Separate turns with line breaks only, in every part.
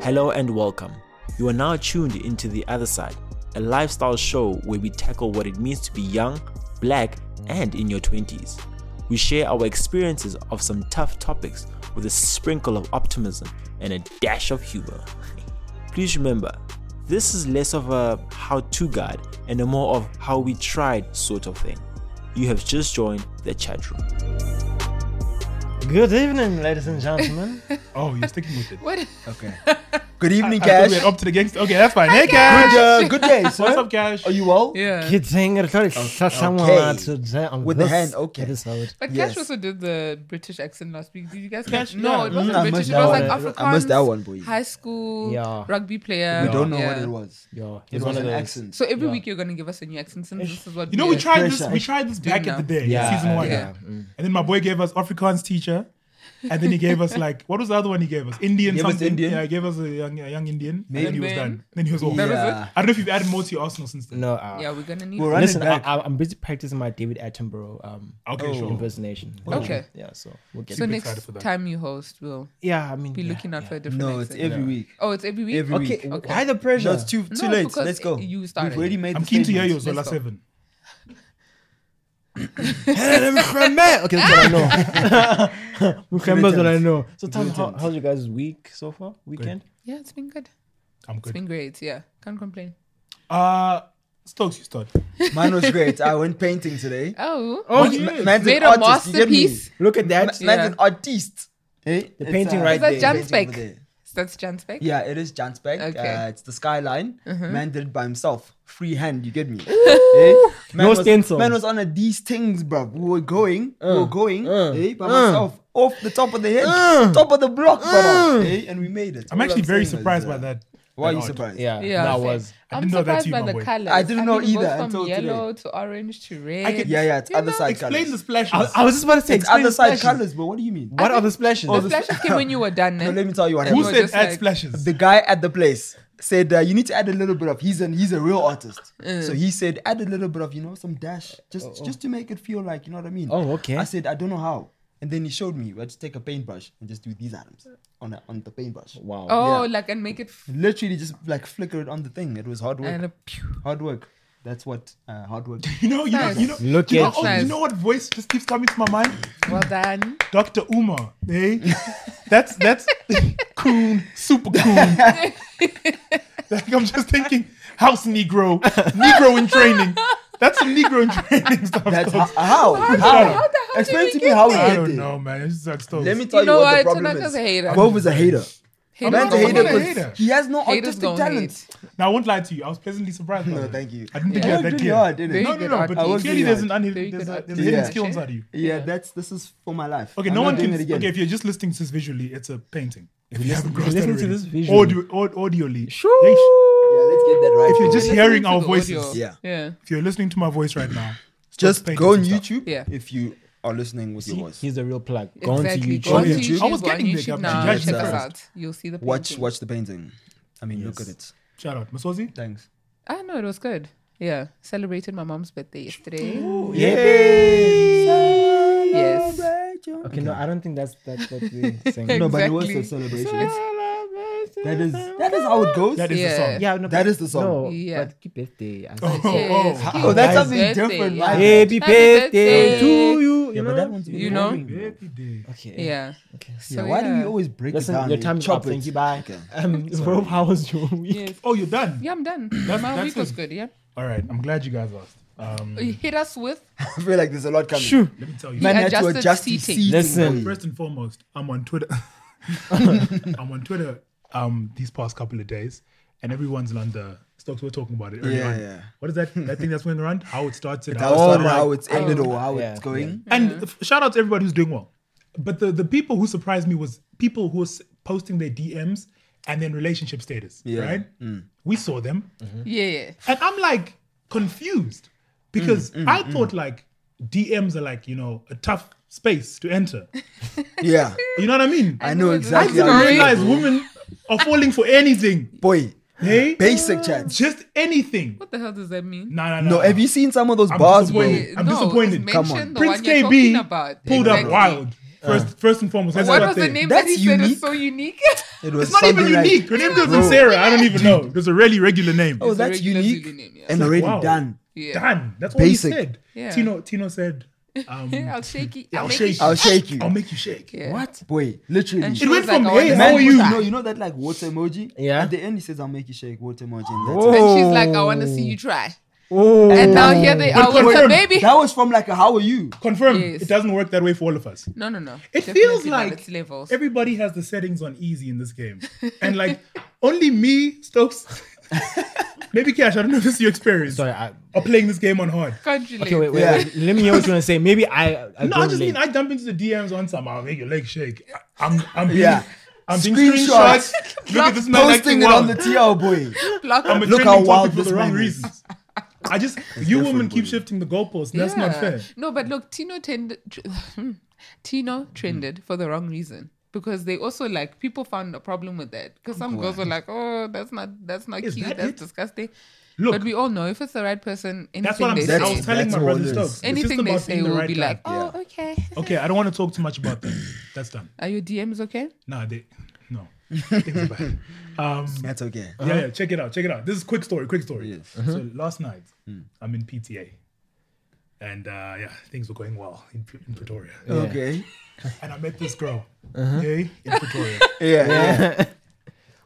Hello and welcome. You are now tuned into The Other Side, a lifestyle show where we tackle what it means to be young, black, and in your 20s. We share our experiences of some tough topics with a sprinkle of optimism and a dash of humor. Please remember, this is less of a how to guide and a more of how we tried sort of thing. You have just joined the chat room.
Good evening, ladies and gentlemen.
Oh, you're sticking with it.
What?
Okay.
Good evening,
I thought we
Cash.
Oh,
were up to the gangster. Okay, that's fine. Hey, Cash.
Good, uh, good day, sir.
What's up, Cash?
Are Oh, you well?
Yeah.
Good thing, I thought it said someone
okay.
had to say on
With the
this
hand, okay.
episode.
But
Yes.
Cash also did the British accent last week. Did you guys
Cash,
catch? No,
yeah.
it wasn't
Mm, I
British.
missed
It
that
was like
one.
Afrikaans.
I missed that one, boy.
High school
Yeah.
rugby player.
We don't know
Yeah.
what it was.
Yeah,
It was an accent.
So every week you're gonna give us a new accent since this is what
You know,
we
we tried this.
Pressure.
We tried this back at the day,
Yeah,
season one.
yeah.
And then my boy gave us Afrikaans teacher, and then he gave us like what was the other one he gave us? Indian
Gave us
something.
Indian.
Yeah, he gave us a young, a young Indian. And then he was
Maybe.
done. Then he was off.
Oh. That was
Yeah.
I don't know if you've added more to your Arsenal since then.
No, uh,
Yeah, we're gonna need.
We're
that.
running
listen, I,
back.
I- I'm busy practicing my David Attenborough um,
Oh.
Okay, sure.
impersonation.
Okay.
Yeah, so we'll get
So
Super
next
excited for that.
time you host, we'll
Yeah, I mean,
be
yeah,
looking out
yeah.
for a different
no, it's
accent.
every week.
oh, it's every week.
Every
Okay,
week.
Okay.
why the pressure?
No, it's too too
No,
late.
because
Let's go.
you started.
We've already made.
I'm
the
keen to hear
statement.
yours.
Let's
Last
go.
seven.
okay, that's what I know. Remember that I
Greetings.
know. So, tell me, how,
Greetings.
how's your guys' week so far? Weekend?
Yeah, it's been good.
I'm
It's
good.
been great. Yeah, can't complain.
Uh, Stokes, you start.
Mine was great. I went painting today.
Oh,
Oh,
Ma-
yeah.
man's an
made a
artist, you get me?
masterpiece.
Look at
Ma-
that.
Man's
Yeah.
an artist. Hey,
The painting right Is
that there. Jan's
Painting over
Beck?
there.
That's Jan's back.
Yeah, it is Jan's Beck.
Okay.
Uh, it's the skyline. Man did it by himself. Free hand, you get me? Hey, man
No
was,
stencil.
Man was on a, these things, bruv. We were going, we were going,
uh,
hey, by
uh.
myself, off the top of the head, top of the block, brother. Hey, and we made it.
Uh. I'm
All
actually very
saying is,
surprised
uh,
by that.
Why are
that
you
art.
surprised?
Yeah,
Yeah,
that
fair.
was.
I
I'm
didn't know that
surprised
you,
by
my
the
boy.
colors.
I didn't know
mean, it goes
either
From
until
yellow to orange to red.
could-
Yeah, yeah, it's
You
other
know,
side
Explain
colors.
the splashes.
I, I was just about to say,
It's
explain
other
the
side
splashes.
colors, but what do you mean?
What are the splashes?
the flashes came when you were done.
No,
eh?
Oh, let me tell you what
Who
was
happened.
said
just
add
like-
splashes?
The guy at the place said, uh, "You need to add a little bit of." He's an he's a real artist,
Mm.
so he said, "Add a little bit of, you know, some dash, just
Oh,
just to make it feel like, you know what I mean."
Oh, okay.
I said, "I don't know how," and then he showed me. We had to take a paintbrush and just do these items on a, on the paintbrush.
Wow.
Oh,
Yeah.
like and make it f-
Literally, just like flicker it on the thing. It was hard work.
and a pew.
hard work. That's what uh, hard work.
You know, you know, you know.
Look
you know,
at
oh,
you.
you know what voice just keeps coming to my mind?
Well done.
Dr. Uma, eh? That's that's coon, super coon. like I'm just thinking, house Negro, Negro in training. That's some Negro in training stuff.
That's
Stokes.
ho- how.
How the-
How?
how the hell
Explain
did
to
we
me
get
how we
there?
I
get
don't
there.
know, man. It's like Stokes.
Let me tell you,
know
what the
what?
problem
Tanaka's
is.
a hater.
Gov is a hater.
Hey,
Man's
Man's
no,
a
a
hater
hater.
haters-
Hater.
because he has no
haters
artistic
gonna
talent.
now I won't lie to you. I was pleasantly surprised. by
No,
that.
thank you.
I didn't think you
You worked
had that
really
clear.
hard, didn't
Very
you?
No, no,
good
no.
art.
But
I
worked
clearly,
really
there's an
hard.
Very
unhidden, there's
good
a,
art.
there's a hidden
Yeah.
skill inside of you.
Yeah, that's this is for my life.
Okay,
I'm
no
not
one
doing
can.
it again.
Okay, if you're just listening to this visually, it's a painting. If you haven't
you're
crossed that
listening to
already.
this visually.
Audio, aud- audioly. Yeesh.
yeah, let's get that right.
If you're
bro.
just
Listening
hearing
to
our
the
voices.
audio.
Yeah.
Yeah.
If you're listening to my voice right now,
just
paint
go
some
on
stuff.
YouTube
Yeah.
if you are listening with your
See,
voice.
he's the real plug. Go on to
Exactly.
YouTube.
Go on to
Yeah.
YouTube.
I was
go on
getting there,
YouTube
Gabby.
now.
Judge
Check us
first.
out. You'll see the
Watch
painting.
watch the painting. I mean, look at it.
shout out. Masozi?
Thanks.
I know Ah, it was good. Yeah. Celebrated my mom's birthday yesterday. Yes.
Okay, no, I don't think that's that's what we're saying.
No, but it was
Exactly.
a celebration.
that
that is that is how it goes.
That is
Yeah.
the song.
yeah, no,
That
but-
is the song.
No,
Yeah.
but happy birthday. I
Oh,
said,
Yes,
oh,
cute.
oh, that's
Happy
something
birthday,
different,
yeah.
man.
Happy birthday
birthday.
to you. You
Yeah,
know?
but that one's
You know?
boring, bro.
Happy day.
Okay.
Yeah.
Yeah,
So
why do
yeah.
we always break it
Listen,
down?
your
and
time is
chop
up.
it?
Thank you. Bye.
Okay.
Um, Rob, how was your week?
Yes.
Oh, you're done.
Yeah, I'm done.
that's
My week was
it.
good. Yeah.
All right. I'm glad you guys asked. Um,
You hit us with
I feel like there's a lot coming.
Shoo.
let me tell you.
Man had to
Adjusted
adjust his
seating.
seating.
Listen.
First and foremost, I'm on Twitter. I'm on Twitter um, these past couple of days, and everyone's on the stocks. We're talking about it. early
Yeah,
on.
yeah.
What is that? That thing that's going around? How it started?
How it
it
started,
started,
how it's ended, or how
Yeah,
it's going.
And f- shout out to everybody who's doing well. But the, the people who surprised me was people who was posting their DMs and then relationship status.
Yeah. Mm.
Right? We saw them.
yeah, yeah.
And I'm like confused because
Mm,
I thought like DMs are like, you know, a tough space to enter.
Yeah,
You know what I mean?
I know
I
I
exactly.
didn't
know
how you
exactly.
realize women are falling for anything.
Boy,
Hey?
basic chance.
Just anything.
What the hell does that mean?
No, no, no.
No, have you seen some of those
I'm
bars, bro?
disappointed. I'm
no,
disappointed.
Mention
Come on.
the
Prince
one you're
KB
talking about.
Pulled up
Exactly.
wild. First,
Uh.
first and foremost, that's
What
what
was
I
the
think.
name that
That's
he said
unique.
is so unique?
It was
It's not even
something like-
unique. Her name doesn't Sarah. I don't even know. There's a really regular name.
Oh,
It's a
that's
regular
unique
Zulu name, yeah.
and already
Wow.
done.
Yeah.
Done. That's what he
Basic.
said.
Yeah.
Tino, Tino said, um,
I'll shake it.
yeah,
I'll
I'll
make
shake
it.
I'll shake you.
I'll make you shake.
Yeah.
What? Boy, literally.
And she
It went
was like,
from,
oh,
hey,
this
Man,
how are
put-
you?
You know, you know that like water emoji.
Yeah.
At the end, he says, "I'll make you shake water emoji." And that's
Whoa.
it.
And she's like, I want to see you try.
Oh,
And now here they are with her
confirm,
baby.
That was from like a "How are you?"
Confirm.
Yes.
It doesn't work that way for all of us.
No, no, no.
It
Definitely
feels
not.
like
it's levels.
Everybody has the settings on easy in this game. And like only me, Stokes, maybe Cash, I don't know if this is your experience,
sorry. I,
are playing this game on hard.
Can't relate.
okay, wait, wait, wait. Let me hear what you want to say. Maybe I. I
No,
don't
I just
relate.
mean I jump into the DMs on some. I'll make your leg shake. I'm, I'm being,
Yeah.
I'm being
Screenshots.
screenshots. Look at this man
Posting
acting
it on
wild.
the TL boy.
Block
I'm a
it.
Look
trending
how
topic
wild
for
this
the wrong
man is.
reasons. I just you women keep shifting the goalposts. and That's not
Yeah.
fair.
No, but look, Tino tend, Tino trended for the wrong reason because they also like people found a problem with that because some girls were like, "Oh, that's not that's not
Is
cute,
that
that's
it?
disgusting."
Look.
but we all know if it's the right person, anything
That's what I'm
they
saying. I
say,
was telling
That's
my
all
brother
it is.
Stokes. it's just
anything they
about
say
being the
will
right
be
guy.
like, "Oh, okay."
Okay, I don't want to talk too much about that. That's done.
Are your DMs okay?
Nah, they no. Things are bad. Um,
That's okay.
Yeah, yeah, check it out, check it out. This is quick story, quick story.
Uh-huh.
So last night,
Hmm.
I'm in PTA, and uh, yeah, things were going well in, Pre- in Pretoria,
Okay.
and I met this girl,
Uh-huh.
okay, in Pretoria.
Yeah. yeah.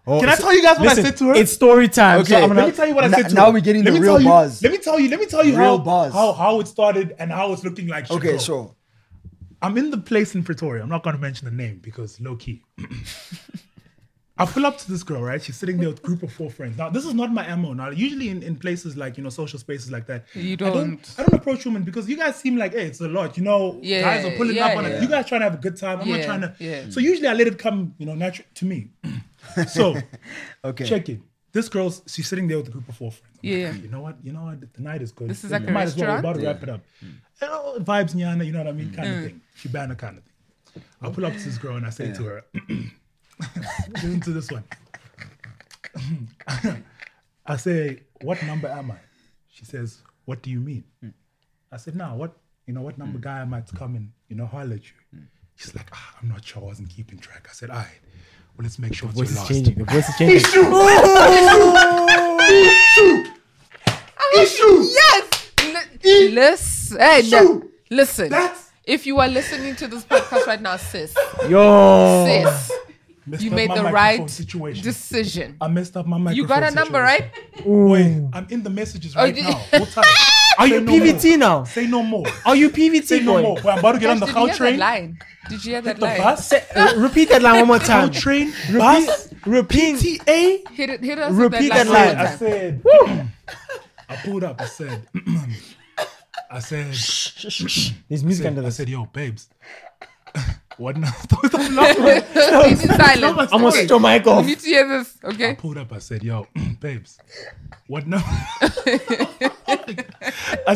Oh,
Can I
so-
tell you guys what
listen,
I said to her?
It's story time. So
Okay.
I'm gonna,
let me tell you what I
Now-
said to
now
her.
we're getting
Let
the
me
real
tell you-
bars.
Let me tell you. Let me tell you how,
Real bars.
how how it started and how it's looking like.
Okay.
Chicago.
Sure.
I'm in the place in Pretoria. I'm not going to mention the name because low key. I pull up to this girl, right? She's sitting there with a group of four friends. Now, this is not my ammo. Now, usually in, in places like, you know, social spaces like that,
You
I don't,
don't.
I don't approach women because you guys seem like, hey, it's a lot. You know,
Yeah,
guys are pulling
yeah,
up on
yeah.
it. You guys trying to have a good time. I'm not
Yeah,
trying to.
yeah.
So usually I let it come, you know, natural to me. so
Okay.
check it. This girl's she's sitting there with a group of four friends. I'm like,
Yeah.
"Ah, you know what? You know what? The night is good.
This is
We
like a
might as well. We're
restaurant?
about
Mm.
to wrap it up. You know, vibes, Nyana. You know what I mean? Kind of thing. She banner kind of thing. I pull up to this girl and I say to her, "Listen to this one." I say, "What number am I?" She says, "What do you mean?"
Mm.
I said, "Nah, what you know? What number guy am I to come and you know holler at you?"
Mm.
She's like, ah, "I'm not sure. I wasn't keeping track." I said, "All right, well, let's make sure it's
voice is
your last."
changing. The voice is changing.
Issue.
Yes. Li- listen. Listen.
That's-
If you are listening to this podcast right now, sis,
Oh.
Yo.
sis,
Messed
you
up
made
my
the
microphone
right
situation.
decision.
I messed up my microphone.
You got a number, right? Oh,
Wait, I'm in the messages right
did-
now. What time?
Are you PVT now?
Say no more.
Oh,
Are you PVT
Say no
boy?
more. Boy, I'm about to get on the
Did you
cow
hear
train.
that line? Did you hear that
The
line?
bus.
Say- uh, repeat that line one more
Cow
time.
train. Bus.
Repeat. Repeat. PTA.
Hit it, hit us
Repeat
with that,
that
line. one
line.
more
I
time.
said. I pulled up. I said. I said.
There's music under
said I
this.
said, yo, babes. What now? Stop laughing.
It is silent.
I'm gonna switch your mic
You
off.
need to hear this,
I
okay?
pulled up. I said, "Yo, babes, what number?" I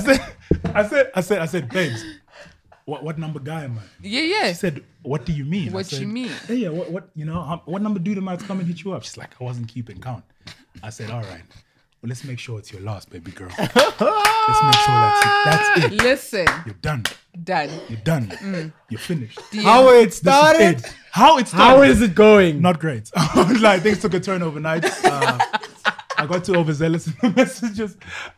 said, "I said, I said, I said, babes, what what number guy am I?"
Yeah, yeah.
She said, "What do you mean?" I
What you
said,
mean?
Yeah, yeah. What what you know? how- what number dude am I to come and hit you up? She's like, "I wasn't keeping count." I said, "All right, well, let's make sure it's your last, baby girl. let's make sure that's it. That's it.
Listen,
You're done.
done.
You're done. You're finished.
DM.
How it
This is
Mm. started?
it. How it started?
How is it going?
Not great. like things took a turn overnight. Uh, I got too overzealous in the messages.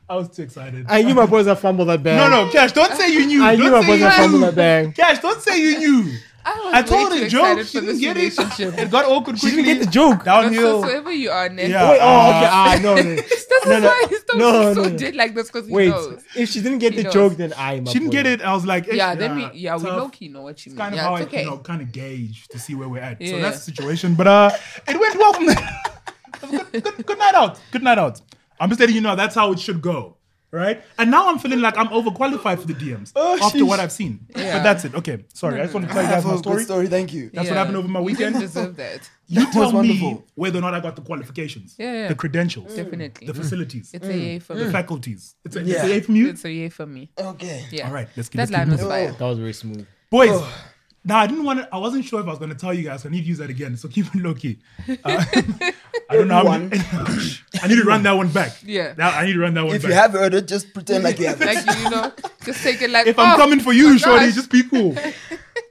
I was too excited.
I knew my boys had fumbled that bag.
no, no, Cash, don't say you knew.
I knew
don't
my boys
say
had
you
fumbled
knew.
that bag.
Cash, don't say you knew.
I, was
I told
way
her
too
joke.
excited
She
for
didn't
this
get it.
relationship.
It got awkward
She
quickly.
didn't get the joke.
So,
Downhill.
whoever you are, next.
Yeah.
Wait, oh, okay.
Uh,
I know. no.
This is
No, no.
why he's so,
No,
so
no.
dead like this because he
Wait,
knows.
if she didn't get
He
the
knows.
joke, then I. My
She didn't
boy.
get it. I was like, eh,
Yeah, then we, yeah, we
tough.
low key know what you mean.
Kind of
yeah,
how
it's
I,
okay.
you know, kind of gauge to see where we're at. So
Yeah.
that's the situation. But uh, it went well from there. good, good, good night out. Good night out. I'm just letting you know that's how it should go. Right? And now I'm feeling like I'm overqualified for the DMs
Oh,
after
sheesh.
what I've seen.
Yeah.
But that's it. Okay. Sorry. I just want to tell you guys
That's
my
a
story.
good story. Thank you.
That's what happened over my
You
weekend.
didn't deserve that.
You
was
tell me
wonderful.
whether or not I got the qualifications,
Yeah, yeah.
the credentials,
Definitely. Mm-hmm.
the facilities,
It's a yay for
the
me.
faculties. It's a, it's
Yeah.
a yay from you.
It's a yay for me.
Okay.
Yeah.
All right. Let's keep let's
That
keep
line was
moving.
fire.
That was very smooth.
Boys, now I didn't want to, I wasn't sure if I was going to tell you guys. I need to use that again. So keep it low key. Uh, I don't know how many, I need to run that one back.
Yeah.
Now I need to run that one
If
back.
you have heard it, just pretend like you haven't.
Like, you know, just take it like
if I'm
oh,
coming for you,
my
Shorty,
gosh.
just be cool.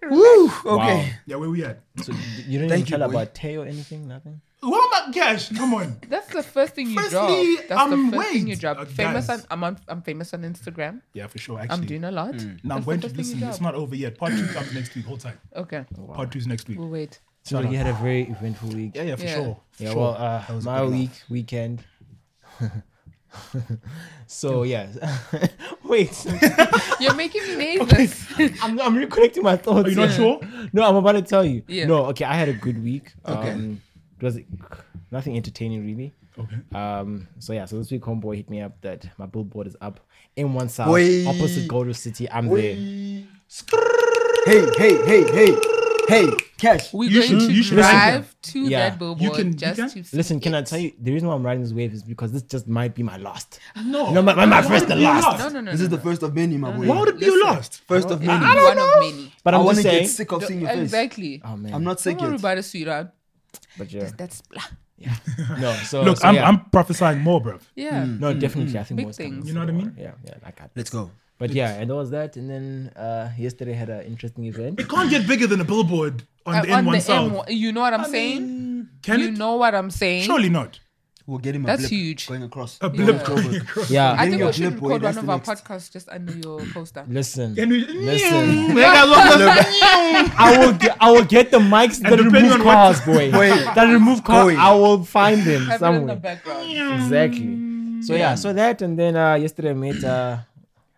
Woo, okay.
Yeah, where we at?
So you didn't even
Thank you,
tell
boy.
about Tay or anything, nothing.
What about cash? Come on.
That's the first thing you
Firstly,
drop. That's
um,
the first thing you
wait,
drop.
uh,
famous
guys.
on, I'm on, I'm famous on Instagram.
Yeah, for sure. Actually,
I'm doing a lot.
now I'm
That's
going
the
to
first thing you
listen. It's
drop.
not over yet. Part two comes next week. Whole time.
Okay,
Part two's next week.
we'll wait.
So you had a very eventful week.
Yeah, yeah, for
Yeah.
sure. For
Yeah,
sure.
well, uh,
was a
my
good laugh.
week weekend. so yeah, wait,
You're making me nervous.
I'm, I'm reconnecting my thoughts.
Are you not
here.
sure?
No, I'm about to tell you.
Yeah.
No, okay, I had a good week. Um, it was nothing entertaining really.
Okay.
Um, so yeah, so this week homeboy hit me up that my billboard is up in one south
Oi.
opposite Gold City. I'm there.
Hey, hey, hey, hey, hey, cash.
We're
You
going
should-
to
you should
drive to
Yeah.
that
You
billboard
can- you
just
can-
to see
Listen, can I
it.
tell you the reason why I'm riding this wave is because this just might be my last.
No.
No, my- my- my
Why
first and
would it be
last.
No, no, no.
This
no,
is the
no.
first of many, my boy.
Why would it be your
Listen.
last?
First of many.
It's
I
one of many.
But
I
I'm
want
just
to
saying.
get sick of seeing your face.
Exactly.
Oh man,
I'm not
Don't
sick
worry
yet.
about it, sweetheart.
but yeah,
That's blah.
no. So
Look,
Oh, so,
I'm,
yeah.
I'm prophesying more, bruv.
Yeah.
no, definitely. I think
Big
more is coming
things.
to
You
know
the
what I
door.
mean?
Yeah, yeah, I got
Let's go.
But yeah, and that was that. And then uh yesterday had an interesting event.
It can't get bigger than a billboard on
Uh,
the N1 South.
M1 you know what I'm saying?
Can
you
it?
know what I'm saying?
Surely not.
We'll get him a
That's
blip
huge.
Going across.
A blip
Yeah.
going across.
Yeah,
I
Getting
think
your
we should
blip, boy,
record one
that's
of
the
our
next.
podcasts just under your poster.
listen,
Can we?
listen.
They got locked us-
I will get I will get the mics that
depending
remove
on what-
cars, boy. That remove cars.
Boy.
I will find them
Have it in the
somewhere.
background.
Exactly. So yeah, so that and then uh yesterday I met uh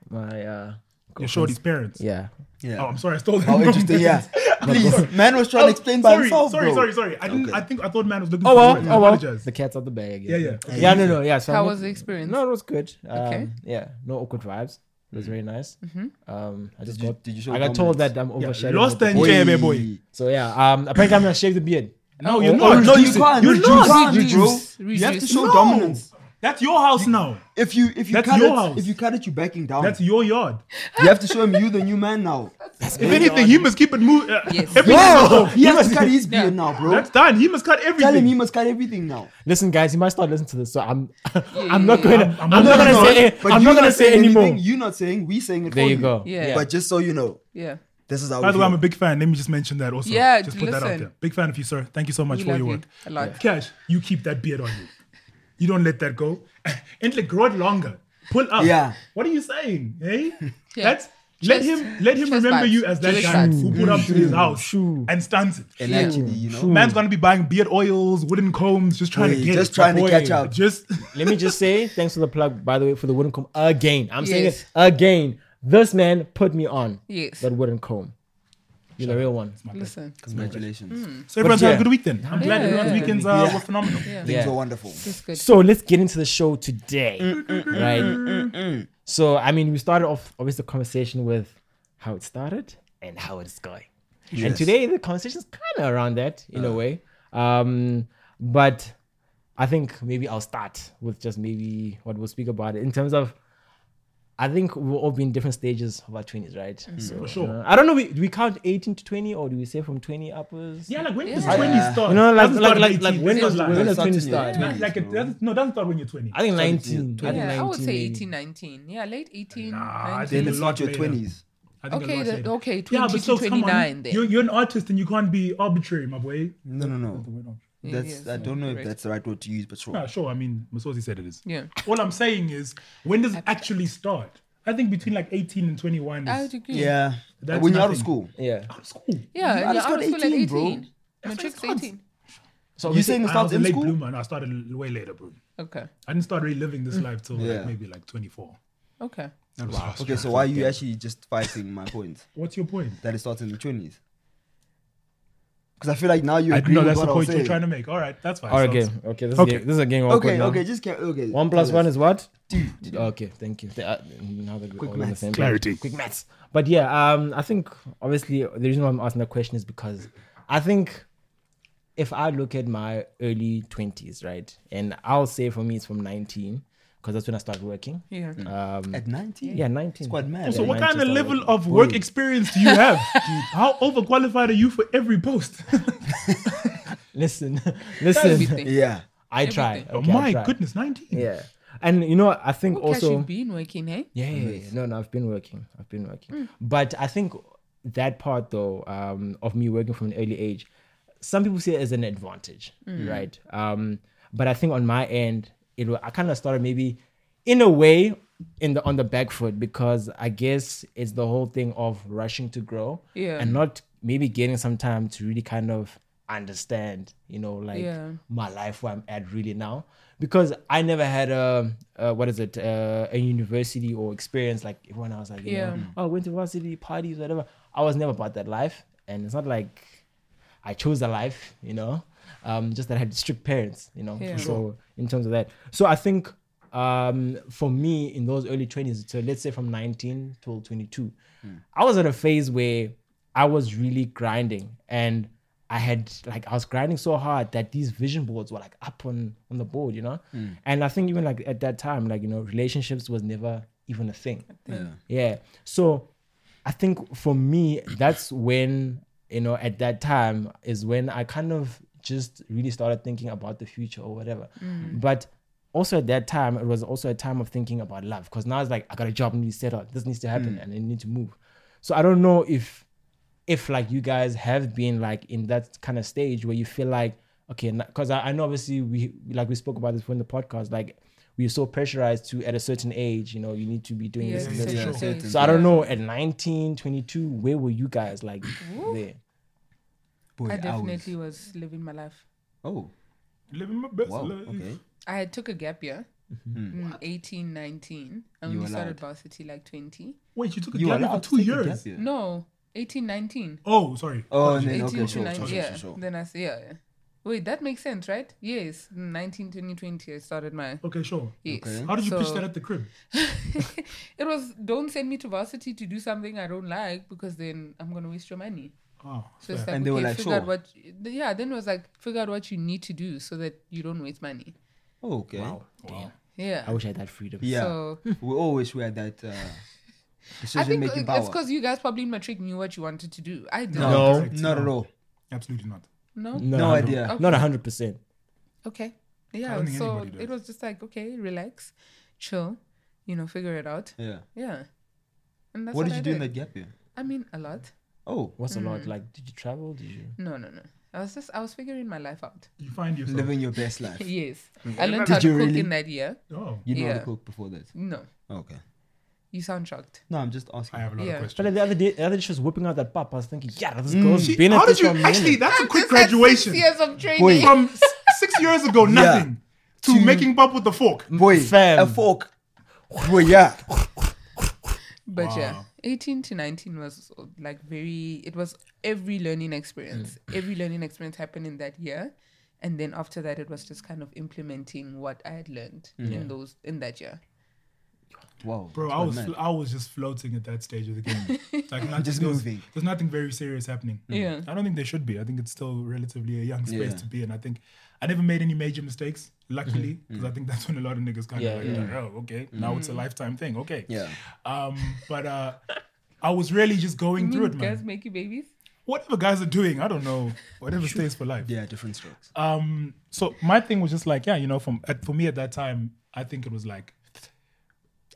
my uh
Your shorty's parents.
yeah.
Yeah.
Oh, I'm sorry. I stole that.
How
from
interesting.
you.
Yeah. Please, man was trying
Oh,
to explain by
sorry,
himself,
sorry,
bro.
sorry, sorry. I didn't.
Okay.
I think I thought man was looking.
Oh
for
well,
words. I
oh well.
apologize.
The cat's out the bag. I guess.
Yeah, yeah. Okay.
Yeah, no, no, yeah. So I
How
met-
was the experience?
No, it was good. Um,
Okay.
Yeah, no awkward vibes. It was very nice. Um, I just
you-
got.
did you show
I got told
dominance?
that I'm
Yeah,
overshadowed.
Lost
with the
and
boy.
JB boy.
So yeah, um, apparently I'm gonna shave the beard.
No, you're
Oh,
not.
oh,
No,
you
you
can't.
You're
you
not.
can't,
Reduce,
bro.
reduce.
You have to show
No.
dominance.
That's your house now.
If you if you
That's
cut
your
it,
house.
if you cut it, you're backing down.
That's your yard.
you have to show him you the new man now.
If anything, he must keep it moving.
Yes.
Bro, he has to cut his beard
Yeah.
now, bro.
That's done. He must cut
Tell him he
everything.
must cut everything now.
Listen, guys, you might start listening to this. So I'm, I'm not gonna, I'm,
I'm-
not
I'm
gonna
not-
say,
But
I'm
you're
not gonna say
saying
anymore. Oh,
anything, You're not saying. We saying it.
There
for
you go.
Yeah.
But just so you know,
Yeah.
this is our.
By the way, I'm a big fan. Let me just mention that also.
Yeah,
just put that out
listen.
there. Big fan of you, sir. Thank you so much
We
for
love
your
you
work.
a lot.
Cash, you keep that beard on you. You don't let that go. and like grow it longer. Pull up.
Yeah.
What are you saying? Hey?
Yeah.
That's let
Chest-
him let him
chest
remember
vibes.
you as that
Jewish
guy
vibes.
who put up to his house
Shoo.
and stands it.
and actually, you know,
Man's gonna be buying beard oils, wooden combs, just trying to
Hey,
get
just
it.
trying to
Boy,
catch up.
Just
Let me just say, thanks for the plug, by the way, for the wooden comb again. I'm saying
Yes.
it again. This man put me on
Yes.
that wooden comb. You're the real one.
Listen.
congratulations.
Hmm.
so everyone's
But
had
yeah.
a good weekend. I'm glad
Yeah.
everyone's weekends uh,
Yeah.
were phenomenal.
Things
Yeah.
were wonderful.
It's good.
So let's get into the show today,
Mm,
right? So I mean, we started off obviously the conversation with how it started and how it's going, and today the conversation is kind of around that in a
Uh.
way. Um, but I think maybe I'll start with just maybe what we'll speak about in terms of. I think we'll all be in different stages of our twenties, right? So,
Mm, For sure.
uh, I don't know. We, do we count eighteen to twenty, or do we say from twenty upwards?
Yeah, like when does
Yeah.
20 start?
You know, like
Doesn't
like
start at
like, like
18.
when does
Doesn't
when does
start
twenty
in your
start?
20s.
Like, like it doesn't, no, it doesn't start when you're 20.
I think
Started in
nineteen. I think
Yeah, I would
19
say
maybe.
18, 19. Yeah, late 18,
Nah, I
19.
Then
think
it's not your
Yeah.
twenties.
I think a
Okay,
lot
the,
later.
okay, 20
Yeah, but
to
still, come
29
on.
then.
You're, you're an artist and you can't be arbitrary, my boy.
No, no, no.
Yeah,
That's
yes,
I don't know if
correct.
that's the right word to use, but sure.
Nah, sure. I mean, Masozi said it is.
Yeah.
All I'm saying is, when does it actually start? I think between like 18 and 21
I
is
would agree.
Yeah,
That's
when you're out of
nothing.
school,
Yeah.
out of school.
Yeah,
I
yeah,
just
I
got
was still at
18, bro.
18.
That's
Matrix
what it
So
18.
you
obviously-
saying it
I was
starts
a
in
late
school?
bloomer. No, I started l- way later, bro.
Okay,
I didn't start really living
Mm.
this life till
Yeah.
like, maybe like 24.
okay.
That was fast.
Okay, so why are you actually just fighting my point
What's your point?
that it starts in the twenties? Because I feel like now you
I
agree
know
with
that's
what
the
I was
point you're
saying.
trying to make. All right, that's fine.
All right,
So-
okay, Oh, okay. This is
Okay.
okay. this is a game.
Okay,
awkward now.
okay, just ca- okay.
One plus
tell
one
us.
is what? Two. Okay, thank you. Th- uh, Now that we're all on the
maths.
same page.
Clarity.
Quick maths. But yeah, um, I think obviously the reason why I'm asking that question is because I think if I look at my early twenties, right, and I'll say for me it's from 19 because that's when I start working.
Yeah.
Um,
at nineteen.
yeah, 19.
it's quite mad. eh?
So
Yeah,
what
mine
kind of
just
level
already-
of work experience do you have? How overqualified are you for every post?
Listen, listen.
Everything.
yeah,
I try.
Everything.
Oh
okay, I
my
try.
goodness, 19.
Yeah, and you know I think
What cash
also.
you been working, eh? Mm.
Yeah, yeah, yeah. no, no, I've been working. I've been working. But I think that part though um, of me working from an early age, some people see it as an advantage,
Mm.
right? Um, but I think on my end, it wa- I kind of started maybe in a way in the on the back foot because I guess it's the whole thing of rushing to grow,
Yeah.
and not maybe getting some time to really kind of understand, you know, like
Yeah.
my life where I'm at really now because I never had a, a what is it uh, a university or experience like everyone else like you
Yeah.
know oh went to varsity parties whatever I was never about that life and it's not like I chose a life you know um, just that I had strict parents you know
Yeah.
so in terms of that so I think um, for me in those early 20s so let's say from 19 till 22 I was at a phase where I was really grinding and I had like I was grinding so hard that these vision boards were like up on on the board, you know. And I think even like at that time, like you know, relationships was never even a thing. Yeah. So I think for me, that's when you know at that time is when I kind of just really started thinking about the future or whatever. But also at that time, it was also a time of thinking about love because now it's like I got a job, I need to settle. This needs to happen, and I need to move. So I don't know if if like you guys have been like in that kind of stage where you feel like okay because I, I know obviously we like we spoke about this when the podcast like we're so pressurized to at a certain age you know you need to be doing
Yeah,
this and
it's
this
a
and
certain
that.
age.
so i don't know at 19 22 where were you guys like there
Boy,
I
was-
definitely was living my life.
Oh,
Living my best
wow.
life.
Okay.
I had took a gap year.
Mm-hmm.
in 18, 19. I
Hmm.
only
You allowed.
started varsity like 20.
Wait, you took a
You
gap
allowed
year for
to
two
take a gap
years.
year?
No, 18, 19.
Oh, sorry.
Oh,
Apologies.
no,
18
okay,
to
sure,
19.
sure, sure,
yeah.
sure, sure.
Then I say, yeah, yeah. Wait, that makes sense, right? Yes. 19, 20, 20, I started my.
Okay, sure.
Yes.
How did you pitch
So-
that at the crib?
it was don't send me to varsity to do something I don't like because then I'm gonna waste your money.
Oh,
So it's
fair.
like
And they
okay,
were like,
figure out
sure.
what yeah, then it was like figure out what you need to do so that you don't waste money.
Oh, okay.
damn i
Yeah.
wish i had that freedom
Yeah.
So
we always were that uh,
I think
decision-making
it-
power.
it's because you guys probably in matric knew what you wanted to do. I didn't.
no,
Correct.
not at all.
Absolutely not.
No?
no,
No
100
idea.
not 100%
Okay.
I
Yeah.
don't think
So
anybody does.
it was just like, okay, relax, chill, you know, figure it out.
Yeah.
Yeah. And that's
what
what,
did
I
you do in
did.
that gap year?
I mean, a lot.
Oh,
what's a
Mm.
lot like did you travel did you
No, no, no. I was just, I was figuring my life out.
You find yourself.
living your best life.
Yes. I learned
Did
how to
you
cook
really?
in that year.
Oh,
You know how
Yeah.
to cook before that.
No.
Okay.
You sound shocked.
No, I'm just asking.
I have a lot of
Yeah.
but
questions.
like the other day, the other day she was whipping out that pop. I was thinking, yeah, this girl's
She-
been at
how
this
did you
for a
actually?
minute.
That's a quick
Just had
graduation.
Six years of training.
Wait.
From s- six years ago, nothing to
To-
making pop with a fork.
Boy, a
Fam.
fork. Boy, yeah.
But yeah,
Wow.
18 to 19 was like very, it was every learning experience.
Mm.
every learning experience happened in that year. And then after that, it was just kind of implementing what I had learned in those, in that year.
Wow.
Bro, I was I was just floating at that stage of the game. Like not
Just
there was-
moving.
There's nothing very serious happening.
Yeah.
I don't think there should be. I think it's still relatively a young space
Yeah.
to be in. I think I never made any major mistakes, luckily,
Mm-hmm.
because I think that's when a lot of niggas kind
Yeah,
of like, oh, okay, now it's a lifetime thing. Okay.
Yeah.
Um, but uh, I was really just going
You
through it,
mean
man.
girls make you babies?
Whatever guys are doing, I don't know. Whatever stays for life.
Yeah, different strokes.
Um, so my thing was just like, yeah, you know, from at, for me at that time, I think it was like,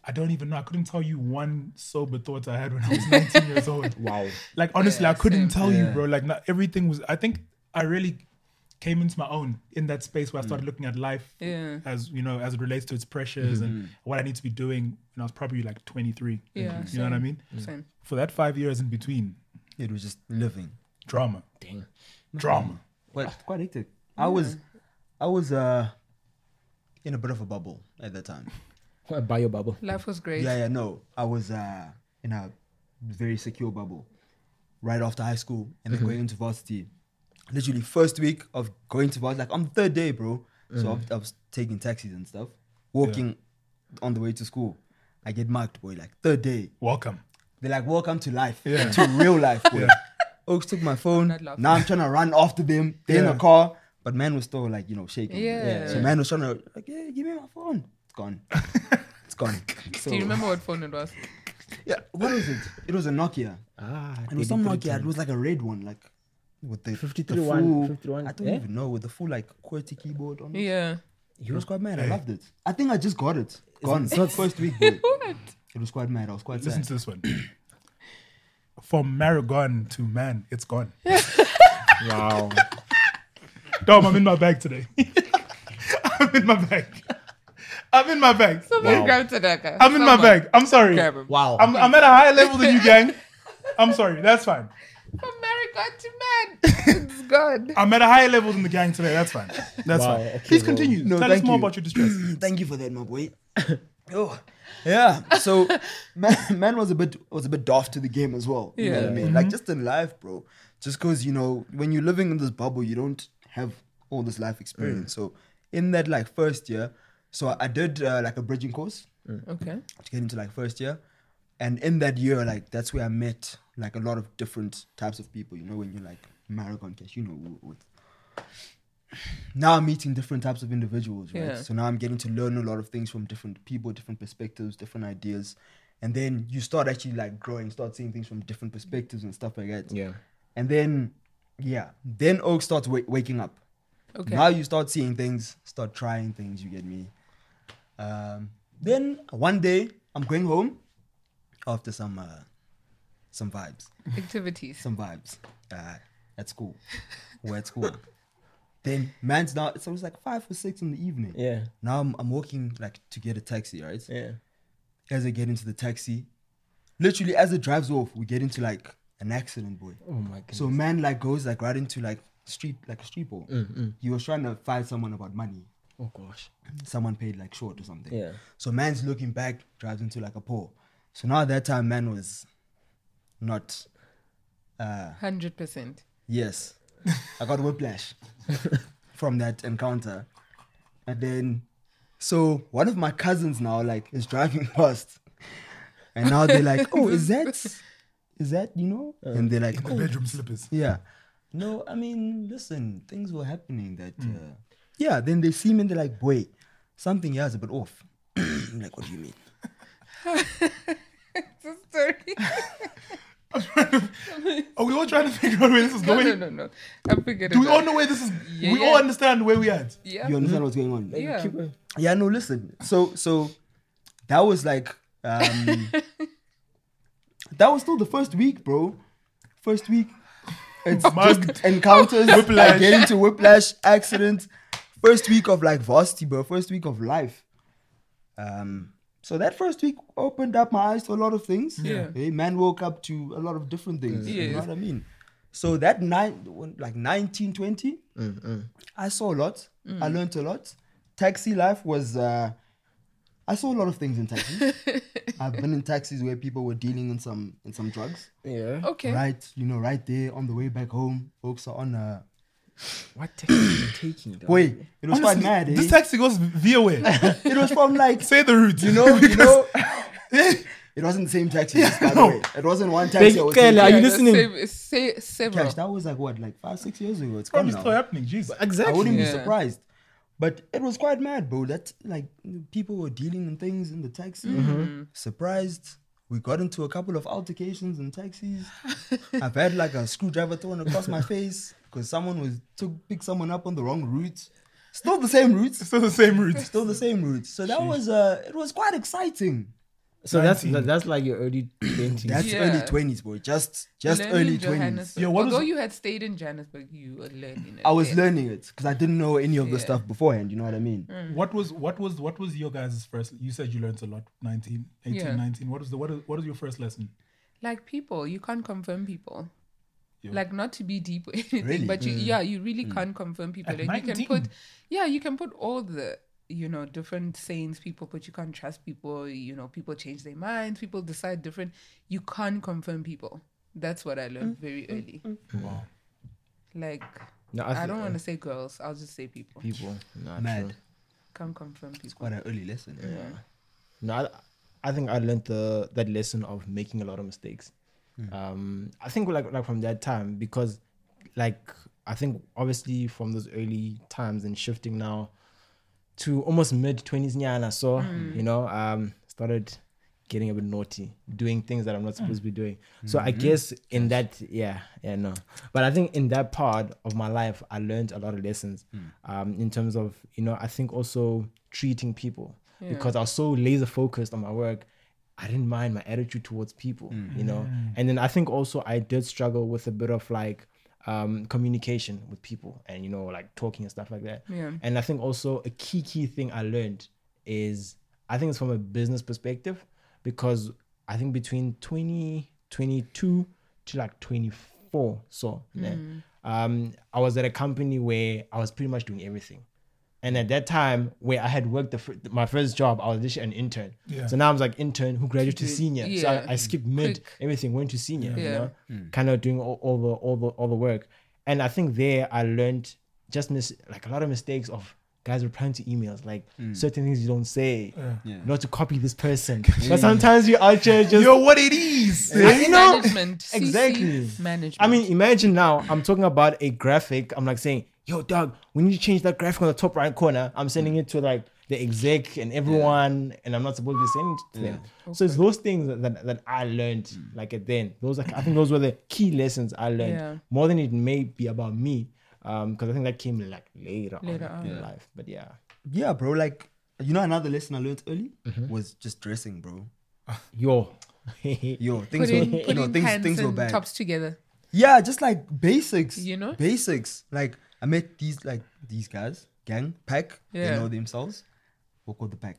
I don't even know. I couldn't tell you one sober thought I had when I was 19 years old.
Wow.
Like honestly, I couldn't tell you,
Yeah.
bro. Like not, everything was. I think I really came into my own in that space where I
Mm.
started looking at life
Yeah.
as you know as it relates to its pressures
Mm-hmm.
and what I need to be doing. And I was probably like 23.
Yeah,
you know what I
same.
mean.
Same.
For that five years in between,
It was just living.
drama,
Dang. Mm-hmm.
drama.
Quite, quite hectic. I was, I was uh, in a bit of a bubble at that time.
Buy your bubble.
Life was great.
Yeah, yeah, no. I was uh, in a very secure bubble right after high school and then going into varsity. Literally, first week of going to varsity, like on the third day, bro. So I, I was taking taxis and stuff, walking on the way to school. I get marked, boy, like third day.
Welcome.
They're like, welcome to life, to real life, boy. Oaks took my phone.
Not laughing.
Now I'm trying to run after them. They're in
Yeah.
the car, but man was still like, you know, shaking.
Yeah.
So man was trying to, like, yeah, give me my phone. It's gone. it's gone. So,
Do you remember what phone it was?
yeah, what was it? It was a Nokia.
Ah,
It was some Nokia. It was like a red one, like with the
53
the
one,
full-
51,
I don't
yeah?
even know with the full like QWERTY keyboard on. it.
Yeah.
It was quite mad. I loved it. I think I just got it. Gone.
it's not-
first week. bro. It was quite mad. I was quite
Listen
sad.
to this one. from Maragon to man, it's gone.
Wow.
Dom, I'm in my bag today. I'm in my bag. I'm in my bag.
Somebody grab Tanaka.
I'm in my
Someone
bag. I'm sorry.
Grab him.
Wow.
I'm, I'm at a higher level than you, gang. I'm sorry. That's fine.
From America to man. It's gone.
I'm at a higher level than the gang today. That's fine. That's
Wow,
fine.
okay,
Please
well.
continue.
No,
Tell us
thank
more
you.
about your distress.
Thank you for that, my boy. oh, yeah. So, man, man was a bit was a bit daft to the game as well. You know what I
Yeah.
mean? Like just in life, bro. Just because you know when you're living in this bubble, you don't have all this life experience. So, in that like first year, so I, I did uh, like a bridging course
Okay.
to get into like first year, and in that year, like that's where I met like a lot of different types of people. You know, when you're like marathon cash, you know, w- with now I'm meeting different types of individuals, right?
Yeah.
So now I'm getting to learn a lot of things from different people, different perspectives, different ideas. And then you start actually like growing, start seeing things from different perspectives and stuff like that.
Yeah.
And then, yeah, then Oak starts wa- waking up.
Okay.
Now you start seeing things, start trying things, you get me? Um, then one day I'm going home after some uh, some vibes
Activities.
some vibes uh, at school. We're at school. then man's now it's always like five or six in the evening.
Yeah.
Now I'm, I'm walking like to get a taxi, right?
Yeah.
As I get into the taxi, literally as it drives off, we get into like an accident, boy.
Oh my god.
So man like goes like right into like street like a street ball.
Mm,
He was trying to fight someone about money.
Oh gosh.
Someone paid like short or something.
Yeah.
So man's looking back, drives into like a pole. So now at that time man was not uh
100%.
Yes. I got whiplash from that encounter. And then, so one of my cousins now, like, is driving past. And now they're like, oh, is that, is that, you know? And they're like,
The
oh,
bedroom slippers.
yeah. No, I mean, listen, things were happening that, uh, yeah. Then they see me and they're like, boy, something here is a bit off. I'm like, what do you mean?
It's a story.
Are Oh, we all trying to figure out where this is
No,
going?
no, no, no. I figured it
Do we
out.
all know where this is?
Yeah,
we
yeah.
all understand where we are. at.
Yeah.
You understand what's going on?
yeah.
Um, Yeah, no, listen. So so that was like um that was still the first week, bro. First week. It's
Mugged.
just encounters, whiplash.
Whiplash.
Like getting to whiplash, accidents. First week of like varsity, bro. First week of life. Um so that first week opened up my eyes to a lot of things.
Yeah.
Hey, man woke up to a lot of different things. You know
Yes.
what I mean? So that nine like 1920, I saw a lot. I learned a lot. Taxi life was. Uh, I saw a lot of things in taxis. I've been in taxis where people were dealing in some in some drugs.
Yeah.
Okay.
Right, you know, right there on the way back home, folks are on a
What taxi are you taking? dog?
wait. It was
Honestly,
quite mad. Eh?
this taxi goes via where?
it was from like
Say the route.
you know, you know. it wasn't the same taxi. by the way, it wasn't one taxi. I was
Big fella,
taking.
Are you
the
listening?
Same, it's se- several.
Gosh, that was like what, like five, six years ago. It's gone
Probably
now.
still happening. Jeez.
I
Exactly.
wouldn't be
Yeah.
surprised. But it was quite mad, bro. That like people were dealing in things in the taxi.
Mm-hmm.
Mm-hmm.
Surprised. We got into a couple of altercations in taxis. I've had like a screwdriver thrown across my face because someone was took picked someone up on the wrong route. Still the same route.
Still the same route.
Still the same route. So that was uh it was quite exciting.
So that's
19.
that's like your early twenties.
That's
Yeah.
early twenties, boy. Just just
Learning
early twenties.
Johannesburg.
Yeah, what was-
Although you had stayed in Johannesburg, you were learning it.
I was
then.
learning it because I didn't know any of the
Yeah. Mm.
stuff beforehand, you know what I mean?
What was what was what was your guys' first? You said you learned a lot. 19, 18,
Yeah.
19. What was the what is, what is your first lesson?
Like people, you can't confirm people.
Yeah.
Like not to be deep or anything,
Really?
but you, yeah, you really can't confirm people.
At
and you can
19?
put, yeah, you can put all the you know different sayings people put. You can't trust people. You know, people change their minds. People decide different. You can't confirm people. That's what I learned
Mm.
very early.
Wow.
Like
No,
I,
thi-
don't want to say girls. I'll just say people.
people. No,
Mad.
true.
Can't confirm people.
Quite an early lesson.
No, I, I think I learned the that lesson of making a lot of mistakes. Um, I think like like from that time because, like I think obviously from those early times and shifting now, to almost mid twenties yeah, and I saw you know um started getting a bit naughty, doing things that I'm not supposed to be doing. So I guess in that yeah yeah no, but I think in that part of my life I learned a lot of lessons, um in terms of you know I think also treating people because I was so laser focused on my work. I didn't mind my attitude towards people, you know. And then I think also I did struggle with a bit of like um, communication with people and you know like talking and stuff like that.
Yeah.
And I think also a key key thing I learned is I think it's from a business perspective because I think between 20, 22 to like 24 so yeah,
Mm-hmm.
um I was at a company where I was pretty much doing everything. And at that time, where I had worked the fir- my first job, I was literally an intern.
Yeah.
So now I was like intern who graduated to
Doing-
senior. So
yeah.
I, I skipped mid,
Quick.
everything went to senior. You
Yeah.
know,
Mm.
kind of doing all, all the all the all the work. And I think there I learned just mis- like a lot of mistakes of guys replying to emails, like
Mm.
certain things you don't say,
Yeah.
not to copy this person. But sometimes you out here just
Yo, what it is? eh?
you know
management. CC
exactly.
Management.
I mean, imagine now I'm talking about a graphic. I'm like saying, "Yo, Doug, we need to change that graphic on the top right corner." I'm sending it to like the exec and everyone, and I'm not supposed to be sending it to them. So it's those things that, that, that I learned like at then. Those like, I think those were the key lessons I learned
Yeah.
more than it may be about me, because I think that came like later,
Later
on,
on.
in life. But yeah,
Yeah, bro. Like, you know, another lesson I learned early was just dressing, bro.
yo,
Yo, things
put
were,
in, put
you know,
in
things
pants
things were
and
bad.
tops together.
Yeah, just like basics.
You know?
basics. Like I met these like these guys, gang, pack.
Yeah.
They know themselves. What called the pack?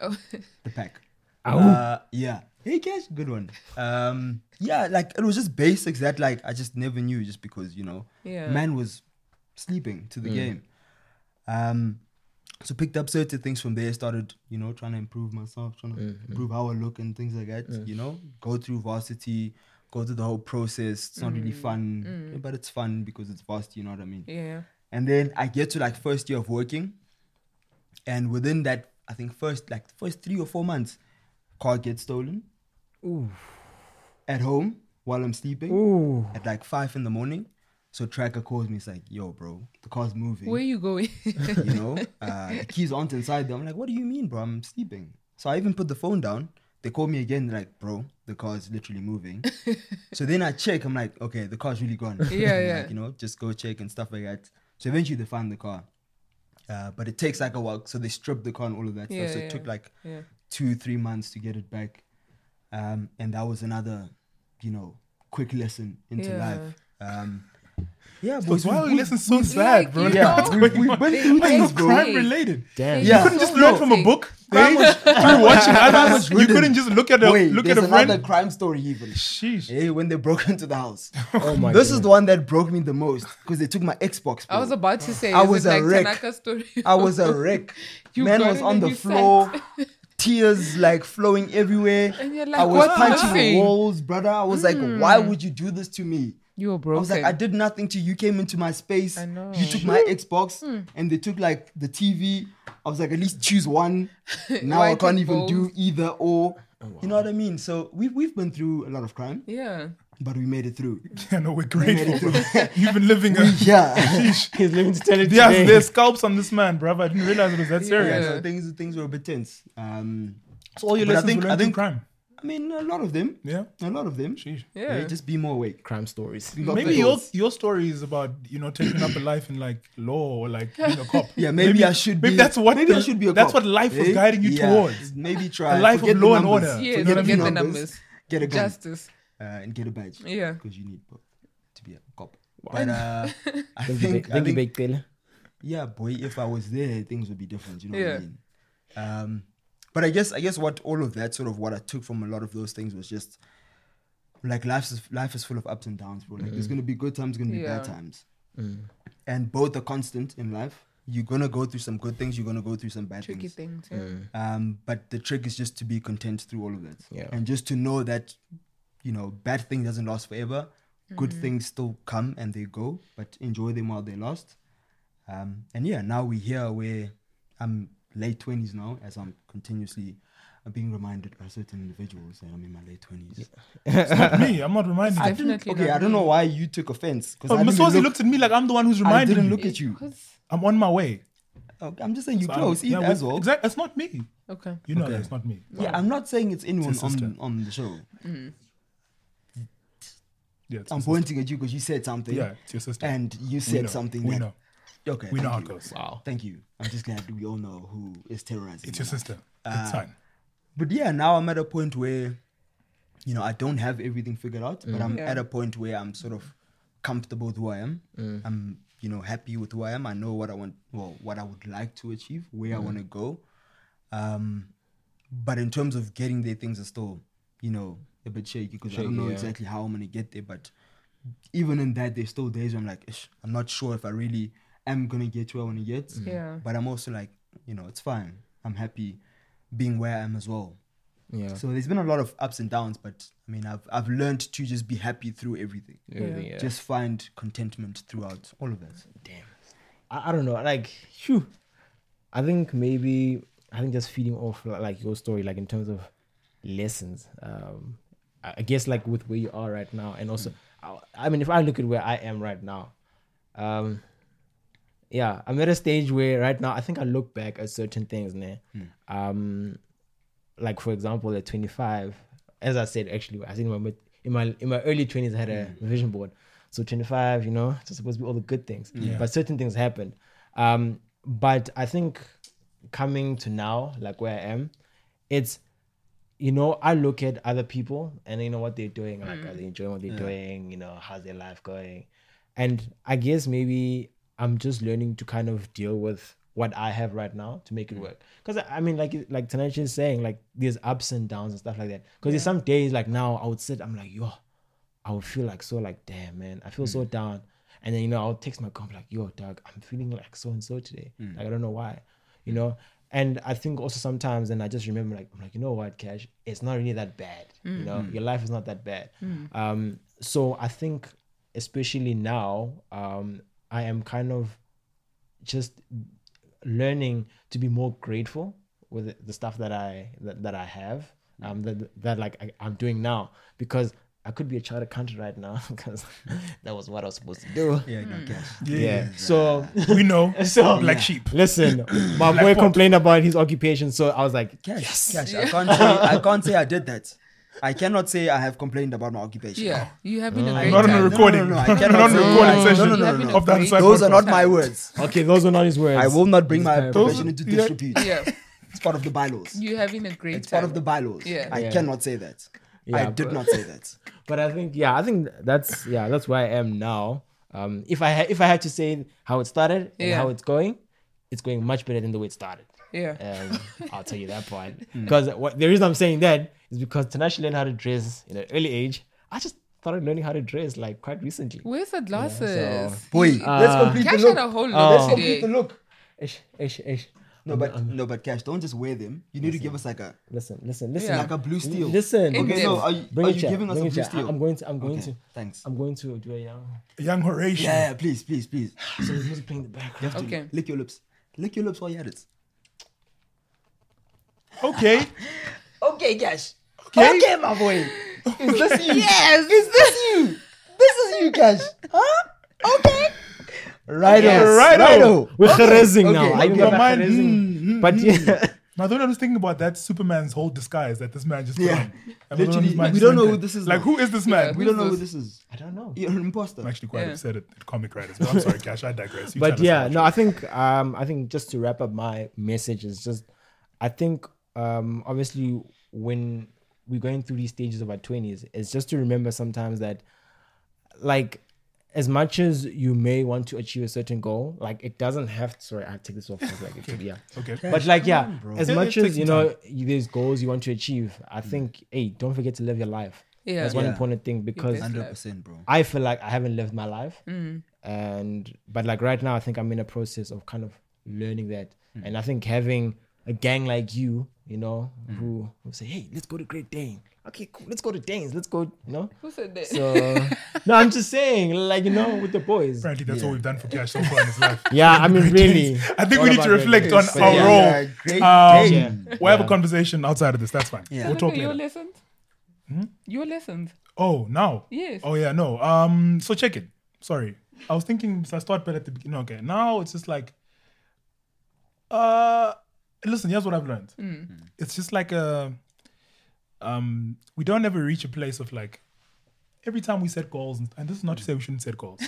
Oh,
The pack.
Ow.
Uh, yeah. Hey, cash, good one. Um, yeah, like it was just basics that like I just never knew just because you know,
Yeah.
man was sleeping to the game. Um, so picked up certain things from there. Started you know trying to improve myself, trying to improve how I look and things like that. You know, go through varsity, go through the whole process. It's not really fun, but it's fun because it's varsity. You know what I mean?
yeah.
And then I get to like first year of working, and within that, I think first like first three or four months, car gets stolen. At home while I'm sleeping at like five in the morning. So tracker calls me. It's like, yo, bro, the car's moving.
Where you going?
You know, uh, the keys aren't inside. There. I'm like, what do you mean, bro? I'm sleeping. So I even put the phone down. They call me again. They're like, bro, the car's literally moving. so then I check. I'm like, okay, the car's really gone.
Yeah,
Like,
yeah.
you know, just go check and stuff like that. So eventually they find the car. Uh, but it takes like a while. So they strip the car and all of that
Yeah,
stuff. So
yeah.
it took like
yeah.
two, three months to get it back. Um, and that was another, you know, quick lesson into
Yeah.
life. Um, yeah,
But
boys, we-
why are
we-
we listening so
like,
sad, bro?
you Yeah. know,
We've, we've been through
Things,
things,
It's
bro.
bro.
crime related.
damn,
Yeah.
You couldn't just learn from a book. Crime was through watching others. You couldn't just look at a
Wait,
look at
there's
a
another
friend.
crime story even.
Sheesh.
Hey, when they broke into the house.
oh my,
this
God.
is the one that broke me the most because they took my Xbox. Bro.
I was about to say,
I
is
was
it
a
like
wreck.
Tanaka story?
I was a wreck.
You
Man
got
was
it
on
and
the
you
floor, tears like flowing everywhere.
And you're like, Hmm.
I was
"What's
punching
happening?"
walls, brother. I was like, why would you do this to me?
you were broken.
I was like, I did nothing to you. You came into my space.
I know. Hmm.
You took
Hmm.
my Xbox and they took like the TV. I was like, at least choose one. Now
Why
I can't
take
even
both?
do either or.
Oh,
You know what I mean? So we've, we've been through a lot of crime,
Yeah.
but we made it through.
Yeah, no, we're grateful. bro. You've been living a.
Yeah.
he's living to tell it
Yeah,
today.
there's scalps on this man, bruv. I didn't realize it was that
yeah.
serious.
So things, things were a bit tense. Um,
So all your
But I
lessons
think-
were
I
learned through
think-
crime.
I mean, a lot of them.
Yeah.
A lot of them.
Sheesh.
Yeah.
Yeah, Just be more awake.
crime stories.
We got
Maybe
the
your
goals.
your story is about you know taking up a life in like law or like being a cop.
Yeah, maybe, I should
maybe
be.
that's what
maybe I
the-
should be a
that's
cop.
what life was
Eh?
guiding you
Yeah,
towards.
Maybe try
life of
Forget the
law and
numbers.
order.
Yeah,
uh, Forget
forget the numbers.
Get a gun.
Justice.
uh, and get a badge.
Yeah.
because you need both to be a cop. But uh, I
Thank you,
think,
Ba- thank
I
you,
think
Big Taylor.
yeah, boy, if I was there, things would be different. You know
Yeah.
what I mean? Um, but I guess I guess what all of that sort of what I took from a lot of those things was just like life is life is full of ups and downs, bro. Like there's gonna be good times, gonna be bad
Yeah.
times, and both are constant in life. You're gonna go through some good things. You're gonna go through some bad
Tricky
things.
things. Yeah.
Um, but the trick is just to be content through all of that,
Yeah.
and just to know that, you know, bad thing doesn't last forever.
Mm-hmm.
Good things still come and they go, but enjoy them while they last. Um, and yeah, now we're here where I'm late twenties now, as I'm continuously being reminded by certain individuals that I'm in my late twenties.
Not me. I'm not reminding. you.
Definitely.
Okay,
not
I don't
me.
know why you took offense because
But
I,
Masozi
didn't look-
Oh, looked at me like I'm the one who's
I
reminding
didn't
you.
look at you.
Because-
I'm on my way.
Okay, I'm just saying you
So I'm-
close.
yeah,
either
we-
as well.
Exact. It's not me.
Okay.
You know
Okay.
that's not me.
Yeah, I'm not saying it's anyone
sister.
on on the show.
Yeah, it's your
I'm
sister.
pointing at you because you said something.
Yeah, it's your sister.
and you
we
said
know.
something
We
that
know.
okay
We know how
thank
it
you.
goes.
thank you i'm just glad we all know who is terrorizing
It's your
you now.
sister. It's fine.
but yeah, now I'm at a point where, you know, I don't have everything figured out, but I'm
Yeah.
at a point where I'm sort of comfortable with who I am. I'm, you know, happy with who I am. I know what I want, well, what I would like to achieve, where I want to go. Um, but in terms of getting there, things are still, you know, a bit shaky because I don't know exactly how I'm gonna get there. But even in that, there's still days where I'm like, "Ish, I'm not sure if I really am gonna get where I want to get.
Mm.
Yeah.
But I'm also like, you know, it's fine. I'm happy being where I am as well.
Yeah.
So there's been a lot of ups and downs, but I mean, I've I've learned to just be happy through everything.
Everything, yeah. Mm.
Just find contentment throughout all of that.
I, I don't know. Like, phew. I think maybe I think just feeding off li- like your story, like in terms of lessons. Um, I, I guess like with where you are right now, and also, I, I mean, if I look at where I am right now, um, yeah, I'm at a stage where right now I think I look back at certain things, né? Um, like for example, at 25, as I said, actually, I think in my mid, in my in my early 20s, I had a vision board. So 25, you know, it's supposed to be all the good things, but certain things happened. Um, but I think coming to now, like where I am, it's you know, I look at other people and you know what they're doing, like are they enjoying what they're doing, you know, how's their life going? And I guess maybe I'm just learning to kind of deal with what I have right now to make it work. Because I mean, like like Tanachi is saying, like there's ups and downs and stuff like that. Because there's some days like now I would sit, I'm like, yo, I would feel like so like damn man, I feel so down. And then you know I'll text my comp like yo dog, I'm feeling like so and so today. Like I don't know why, you know. And I think also sometimes, and I just remember like I'm like you know what, Cash, it's not really that bad. You know, your life is not that bad. Um, so I think especially now, um, I am kind of just learning to be more grateful with the- the stuff that I that, that I have um that that like I, I'm doing now because I could be a child accountant right now because that was what I was supposed to do.
Yeah, no cash.
Yeah. So
We know.
So-
black sheep.
listen, my boy complained about his occupation, so I was like,
Cash, cash. I can't say I can't say I did that. I cannot say I have complained about my occupation.
Yeah, you having
Uh,
a great
Not on a
time.
recording.
no, no, I
Not
cannot
on a
say-
recording
No, no,
session
no, no, no.
of the Unside
Those are
Podcast.
not my words.
okay, those were not his words.
I will not bring my
Those-
profession into
yeah.
disrepute.
Yeah,
It's part of the bylaws.
you having a great
It's
time.
part of the bylaws.
Yeah.
I
Yeah.
cannot say that. I
Yeah,
did
but-
not say that.
but I think yeah, I think that's yeah, that's where I am now. Um, if I ha- if I had to say how it started and
Yeah.
how it's going, it's going much better than the way it started.
yeah.
Um, I'll tell you that part because what the reason I'm saying that is because Tanashi learned how to dress in an early age. I just started learning how to dress like quite recently.
Where's the glasses?
Boy,
Ah.
let's complete
Cash
the look.
had a whole look
Oh.
Let's complete the
today.
look.
Ish, ish, ish.
No, but no, but cash. Don't just wear them. You need to give us like a
Listen, listen, listen.
Yeah.
like a blue steel.
Listen.
In
Okay,
depth.
no. Are you,
Bring
are
it
you
here,
giving us a
bring it
blue
here.
steel?
I'm going to. I'm going
Okay,
to.
Thanks.
I'm going to do it now.
Young Horatio.
Yeah, yeah, please, please, please.
So it's music playing in the background.
Dude,
Okay.
Lick your lips. Lick your lips while you had it.
Okay.
Okay, cash.
Okay.
my boy. Is this you?
Yes,
you? This is you, cash. Huh? Okay. Righto.
Yes.
Righto.
Righto.
We're okay. Hmm, now.
okay.
I even
My
got
mind-
Jerezing. But yeah.
Now, I thought I was thinking about that Superman's whole disguise that this man just put
Yeah.
on. I mean,
Literally,
this man
we
just
don't know
went
who
there.
this is
Like,
now.
who is this man?
We don't know who this is.
I don't know.
You're an imposter.
I'm actually quite
Yeah.
upset at, at comic writers, but I'm sorry, Cash, I digress. You tell
but
us
yeah,
about
no, I think um, I think just to wrap up my message is just, I think um, obviously when we're going through these stages of our twenties, it's just to remember sometimes that, like, as much as you may want to achieve a certain goal, like it doesn't have. Sorry, I take this off. 'cause, Like, it's, yeah.
you. Okay.
But like, yeah, as
It- it
much
takes
as you know, you- there's goals you want to achieve. I think, hey, don't forget to live your life.
Yeah.
that's one
Yeah.
important thing because
best
Hundred percent, bro.
I feel like I haven't lived my life. And but like right now, I think I'm in a process of kind of learning that.
Mm.
And I think having a gang like you, you know,
Mm.
who, who say, "Hey, let's go to Great Dane." Okay, cool. Let's go to Danes. Let's go. You know.
Who said that?
So no, I'm just saying, like you know, with the boys.
Apparently, that's all we've done for Cash so far in his life.
Yeah, I mean, really.
I think
All
we need
about
to
Great
reflect
Danes.
on
But
our
yeah.
role.
Yeah, great
Um,
Yeah.
We'll have a
Yeah.
conversation outside of this. That's fine.
Yeah.
We'll talk
Look at your
later.
lessons.
Hmm?
Your lessons.
Oh, now.
Yes.
Oh yeah, no. Um, so check it. Sorry, I was thinking. So I start better at the beginning. Okay, now it's just like, uh, listen. Here's what I've learned.
Hmm.
It's just like a, um, we don't ever reach a place of like, every time we set goals, and, and this is not to say we shouldn't set goals,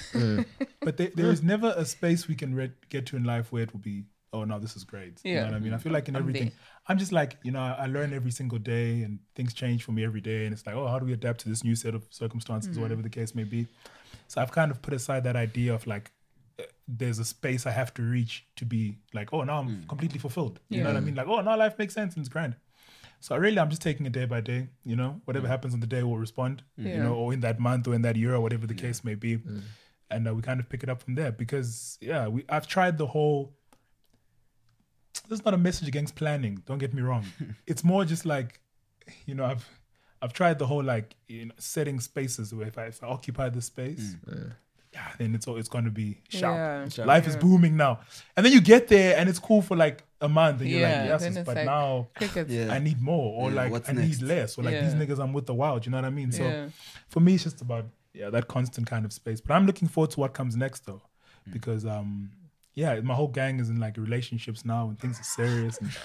but there, there is never a space we can re- get to in life where it will be oh no, this is great. You
Yeah.
know what I mean? I feel like in
I'm
everything,
there.
I'm just like, you know, I learn every single day and things change for me every day. And it's like, oh, how do we adapt to this new set of circumstances,
Mm-hmm.
or whatever the case may be? So I've kind of put aside that idea of like, uh, there's a space I have to reach to be like, oh, now I'm
Mm.
completely fulfilled. You know what I mean? Like, oh, now life makes sense and it's grand. So I really, I'm just taking it day by day. You know, whatever happens on the day, we'll respond. You
Yeah.
know, or in that month, or in that year, or whatever the case may be, and uh, we kind of pick it up from there. Because yeah, we I've tried the whole. This is not a message against planning. Don't get me wrong. it's more just like, you know, I've I've tried the whole like you know setting spaces where if I if I occupy this space. Yeah, then it's all it's gonna be sharp.
Yeah. Sharp.
Life is
Yeah.
booming now, and then you get there and it's cool for like a month, and you're
Yeah,
like,
then
yes,
it's
but
like-
now
Crickets.
Yeah.
I need more, or
Yeah,
like
what's
I
next?
need less, or like these
Yeah.
niggas I'm with the wild. You know what I mean? So
Yeah.
for me, it's just about yeah that constant kind of space. But I'm looking forward to what comes next though,
Mm.
because um yeah, my whole gang is in like relationships now, and things are serious.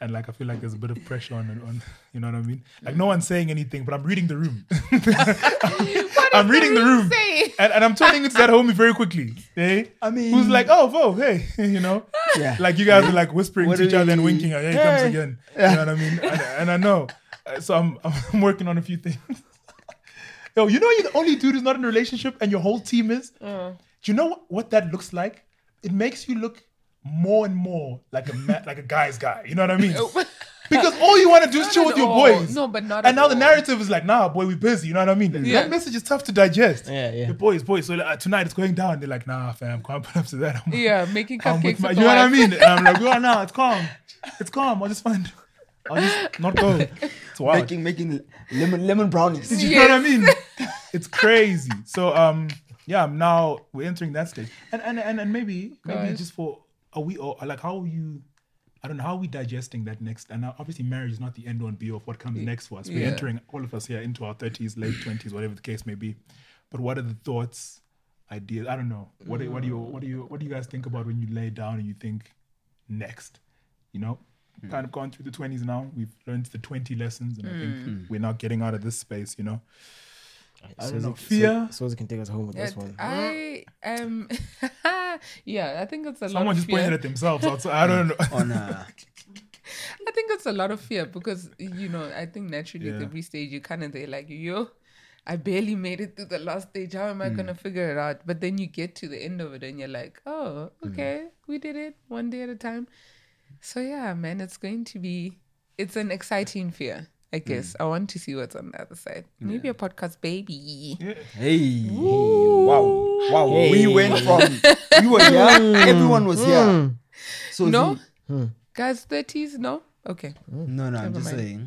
And, And like I feel like there's a bit of pressure on, on you know what I mean. Like
Mm.
no one's saying anything, but I'm reading the room. I'm reading the room,
saying?
and, and I'm turning into that homie very quickly. Eh?
I mean,
Who's like, oh, whoa, hey, you know,
Yeah.
like you guys are like whispering
What
to each
do
other and
we-
winking. Here he comes again. You know what I mean? And, and I know, Uh, so I'm I'm working on a few things. Yo, you know, you're the only dude who's not in a relationship, and your whole team is.
Uh.
Do you know what that looks like? It makes you look more and more like a ma- like a guy's guy. You know what I mean? Because all you want to do is
Not
chill
at
with your
all.
boys.
No, but not
And
at
now the
all.
narrative is like, nah, boy, we busy. You know what I mean?
Yeah.
That message is tough to digest.
Yeah, yeah.
The boys, boys. So uh, tonight it's going down. They're like, nah, fam, can't put up to that. I'm,
Yeah, making
I'm
cupcakes.
with my,
with
you know what I
the
mean? And I'm like, oh, no, it's calm. It's calm. I'll just find, I'll just not go. It's wild.
making making lemon lemon brownies.
you know what I mean? It's crazy. So um, yeah, I'm now we're entering that stage, and and and, and maybe maybe
Guys.
just for are we or like how are you? I don't know how are we digesting that next. And now, obviously, marriage is not the end on be of what comes next for us. We're
yeah.
entering all of us here into our thirties, late twenties, whatever the case may be. But what are the thoughts, ideas? I don't know. What do- what do you what do you what do you guys think about when you lay down and you think next? You know, kind of gone through the twenties now. We've learned the twenty lessons, and I
Hmm.
think we're now getting out of this space. You know.
I
don't know. Fear.
So, so can take us home with this
It-
one.
I am. yeah, I think it's a lot
Someone
of
just
fear.
pointed at themselves outside. I don't know.
on uh,
I think it's a lot of fear because you know I think naturally at
Yeah.
every stage you kind of they're like yo, I barely made it through the last stage. How am I
Hmm.
gonna figure it out? But then you get to the end of it and you're like, oh,
Hmm.
okay, we did it one day at a time. So yeah, man, it's going to be it's an exciting fear. I
Hmm.
guess I want to see what's on the other side. Maybe a podcast baby.
hey wow wow
Hey.
we went from we were young everyone was here. So
No,
the-
guys, thirties. No, okay.
no no I'm
Never
just
mind.
saying.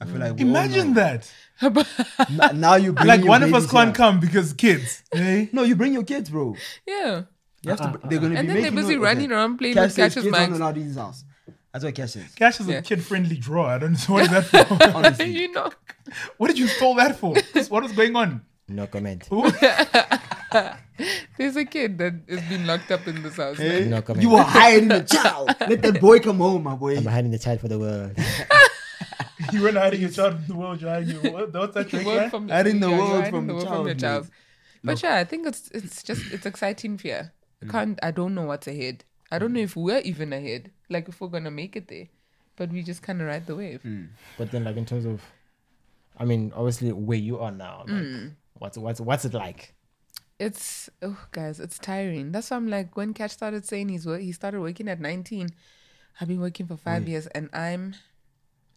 I feel like we all
Imagine
know.
that.
Hmm. N- now you bring
Like
your
one of us
babies
can't
here.
come because kids. eh?
No, you bring your kids, bro.
Yeah.
You have to. br- They're gonna
And
be
then they're
making
busy
noise.
running
Okay.
around playing
Cash
with
says
catches
kids aren't
mics.
allowed in his house. That's what Cash says.
Cash is
Yeah.
a kid-friendly drawer. I don't know what is that for.
Honestly,
you know.
what did you stole that for? What is going on?
No comment.
There's a kid that has been locked up in this house.
No comment.
you are hiding a child. Let that boy come home, my boy.
I'm hiding the child for the world.
You were not hiding your child from the world. You're hiding your world. What's that trick,
Word
man?
from
I didn't know
yeah,
word
you're hiding
from
the word your
child,
child. But yeah, I think it's it's just it's exciting fear. I
Mm.
can't I don't know what's ahead. I don't know if we're even ahead. Like if we're gonna make it there. But we just kinda ride the wave.
Mm.
But then, like in terms of, I mean, obviously where you are now, like, what's what's what's it like?
It's oh guys, it's tiring. That's why I'm like when Cash started saying he's wor- he started working at nineteen. I've been working for five years and I'm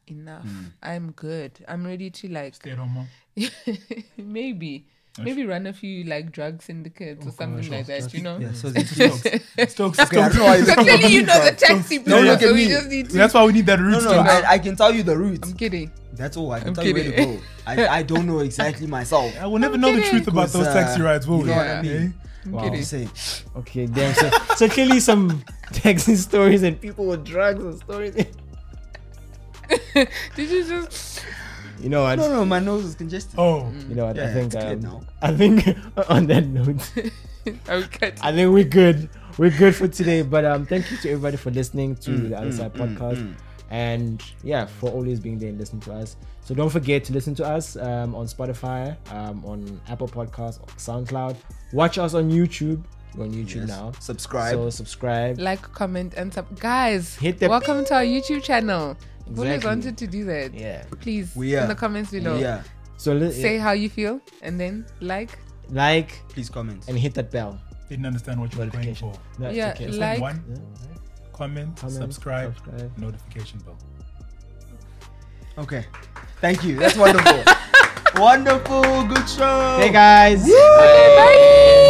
enough.
Mm.
I'm good. I'm ready to like
Stay at home, mom.
maybe maybe run a few like drug syndicates or something like that you know
Yeah, so it's
Stokes, Stokes.
I don't know why you-
so clearly you know the taxi people
look
so
at
we
me.
just need to
That's why we need that root
No, no,
stock.
I, I can tell you the route.
i'm kidding
That's all I can
I'm
tell you where
kidding.
to go. I, I don't know exactly myself.
I will never know the
kidding.
truth about those
Because, uh,
taxi rides, will
you
we?
know what
I
mean.
Eh?
i'm
Wow.
kidding
Just saying.
Okay, damn. So, so clearly some Texan stories and people with drugs and stories.
did you just
You know what?
No, no, my nose is congested.
Oh,
Mm.
You know what? I
Yeah,
think
it's clear
um,
now.
I think on that note,
i cut
I think we're good. We're good for today. But um, thank you to everybody for listening to
Mm,
the Other Side Podcast, and yeah, for always being there and listening to us. So don't forget to listen to us um, on Spotify, um, on Apple Podcasts, SoundCloud. Watch us on YouTube. We're on YouTube now.
Subscribe.
So subscribe.
Like, comment, and sub. Guys,
Hit the
welcome to our YouTube channel. Bullies
Exactly.
wanted to do that.
Yeah.
Please,
We are.
in the comments below,
yeah.
So let,
say how you feel and then like.
like
Please comment.
and hit that bell
Didn't understand what you were going
notification.
for.
That's
Yeah,
okay.
like-
One,
Yeah.
comment,
Comment,
subscribe,
subscribe.
notification bell.
Okay. Thank you. That's wonderful. wonderful. Good show.
Hey guys.
Bye.